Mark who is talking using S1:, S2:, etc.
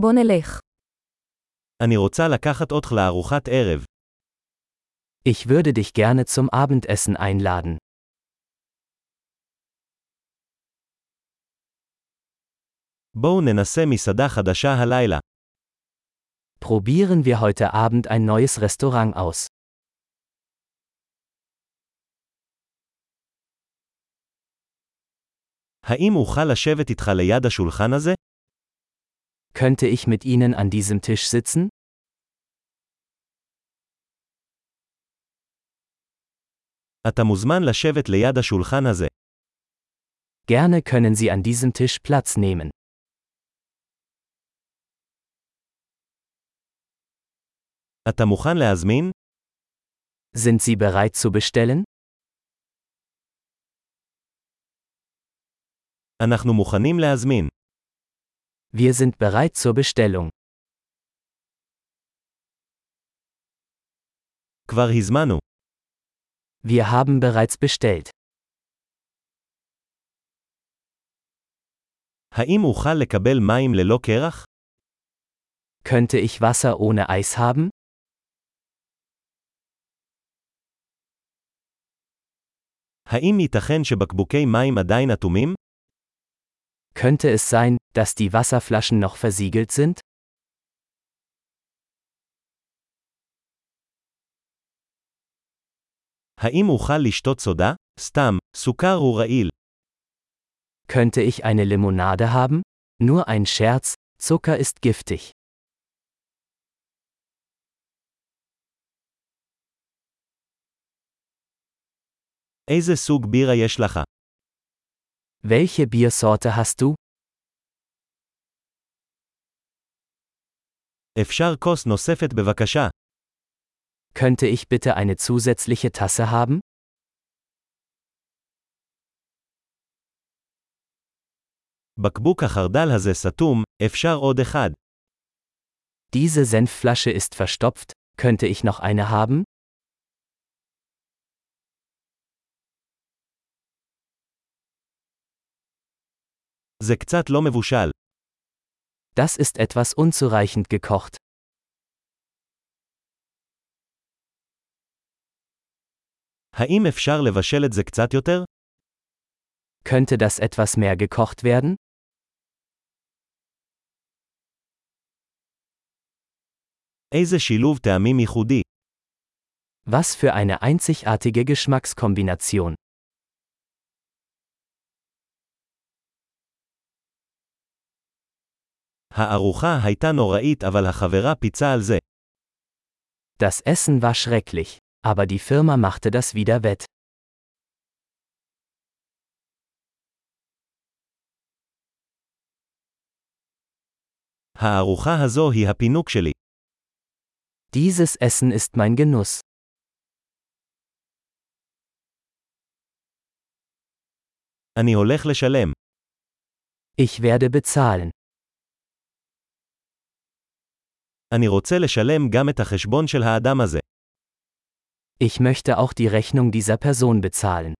S1: בוא נלך.
S2: אני רוצה לקחת אותך לארוחת ערב.
S3: Ich würde dich gerne zum Abendessen einladen.
S2: בואו ננסה מסעדה חדשה הלילה.
S3: Probieren wir heute Abend ein neues Restaurant aus.
S2: האם אוכל לשבת איתך ליד השולחן הזה?
S3: Könnte ich mit Ihnen an diesem Tisch sitzen?
S2: אתה מוזמן לשבת ליד השולחן הזה.
S3: Gerne können Sie an diesem Tisch Platz nehmen.
S2: אתה מוכן להזמין?
S3: Sind Sie bereit zu bestellen?
S2: אנחנו מוכנים להזמין.
S3: Wir sind bereit zur Bestellung.
S2: כבר הזמנו.
S3: Wir haben bereits bestellt.
S2: האם אוכל לקבל מים ללא קרח?
S3: Könnte ich Wasser ohne Eis haben?
S2: האם ייתכן שבקבוקי מים עדיין אטומים?
S3: Könnte es sein, dass die Wasserflaschen noch versiegelt sind?
S2: האם אוכל לשתות סודה? סתם, סוכר הוא רעיל.
S3: Könnte ich eine Limonade haben? Nur ein Scherz, Zucker ist giftig.
S2: איזה סוג בירה יש לך?
S3: Welche Biersorte hast du?
S2: אפשר כוס נוספת בבקשה.
S3: Könnte ich bitte eine zusätzliche Tasse haben?
S2: בקבוק החרדל הזה סתום, אפשר עוד אחד.
S3: Diese Senfflasche ist verstopft, könnte ich noch eine haben?
S2: זה קצת לא מבושל.
S3: Das ist etwas unzureichend gekocht.
S2: האם אפשר לבשל את זה קצת יותר?
S3: Könnte das etwas mehr gekocht werden?
S2: איזה שילוב טעמים ייחודי.
S3: Was für eine einzigartige Geschmackskombination.
S2: הארוחה הייתה נוראית אבל החברה פיצה על זה.
S3: Das Essen war schrecklich, aber die Firma machte das wieder wett.
S2: הארוחה הזו היא הפינוק שלי.
S3: Dieses Essen ist mein Genuss.
S2: אני הולך לשלם.
S3: Ich werde bezahlen.
S2: אני רוצה לשלם גם את החשבון של האדם הזה.
S3: Ich möchte auch die Rechnung dieser Person bezahlen.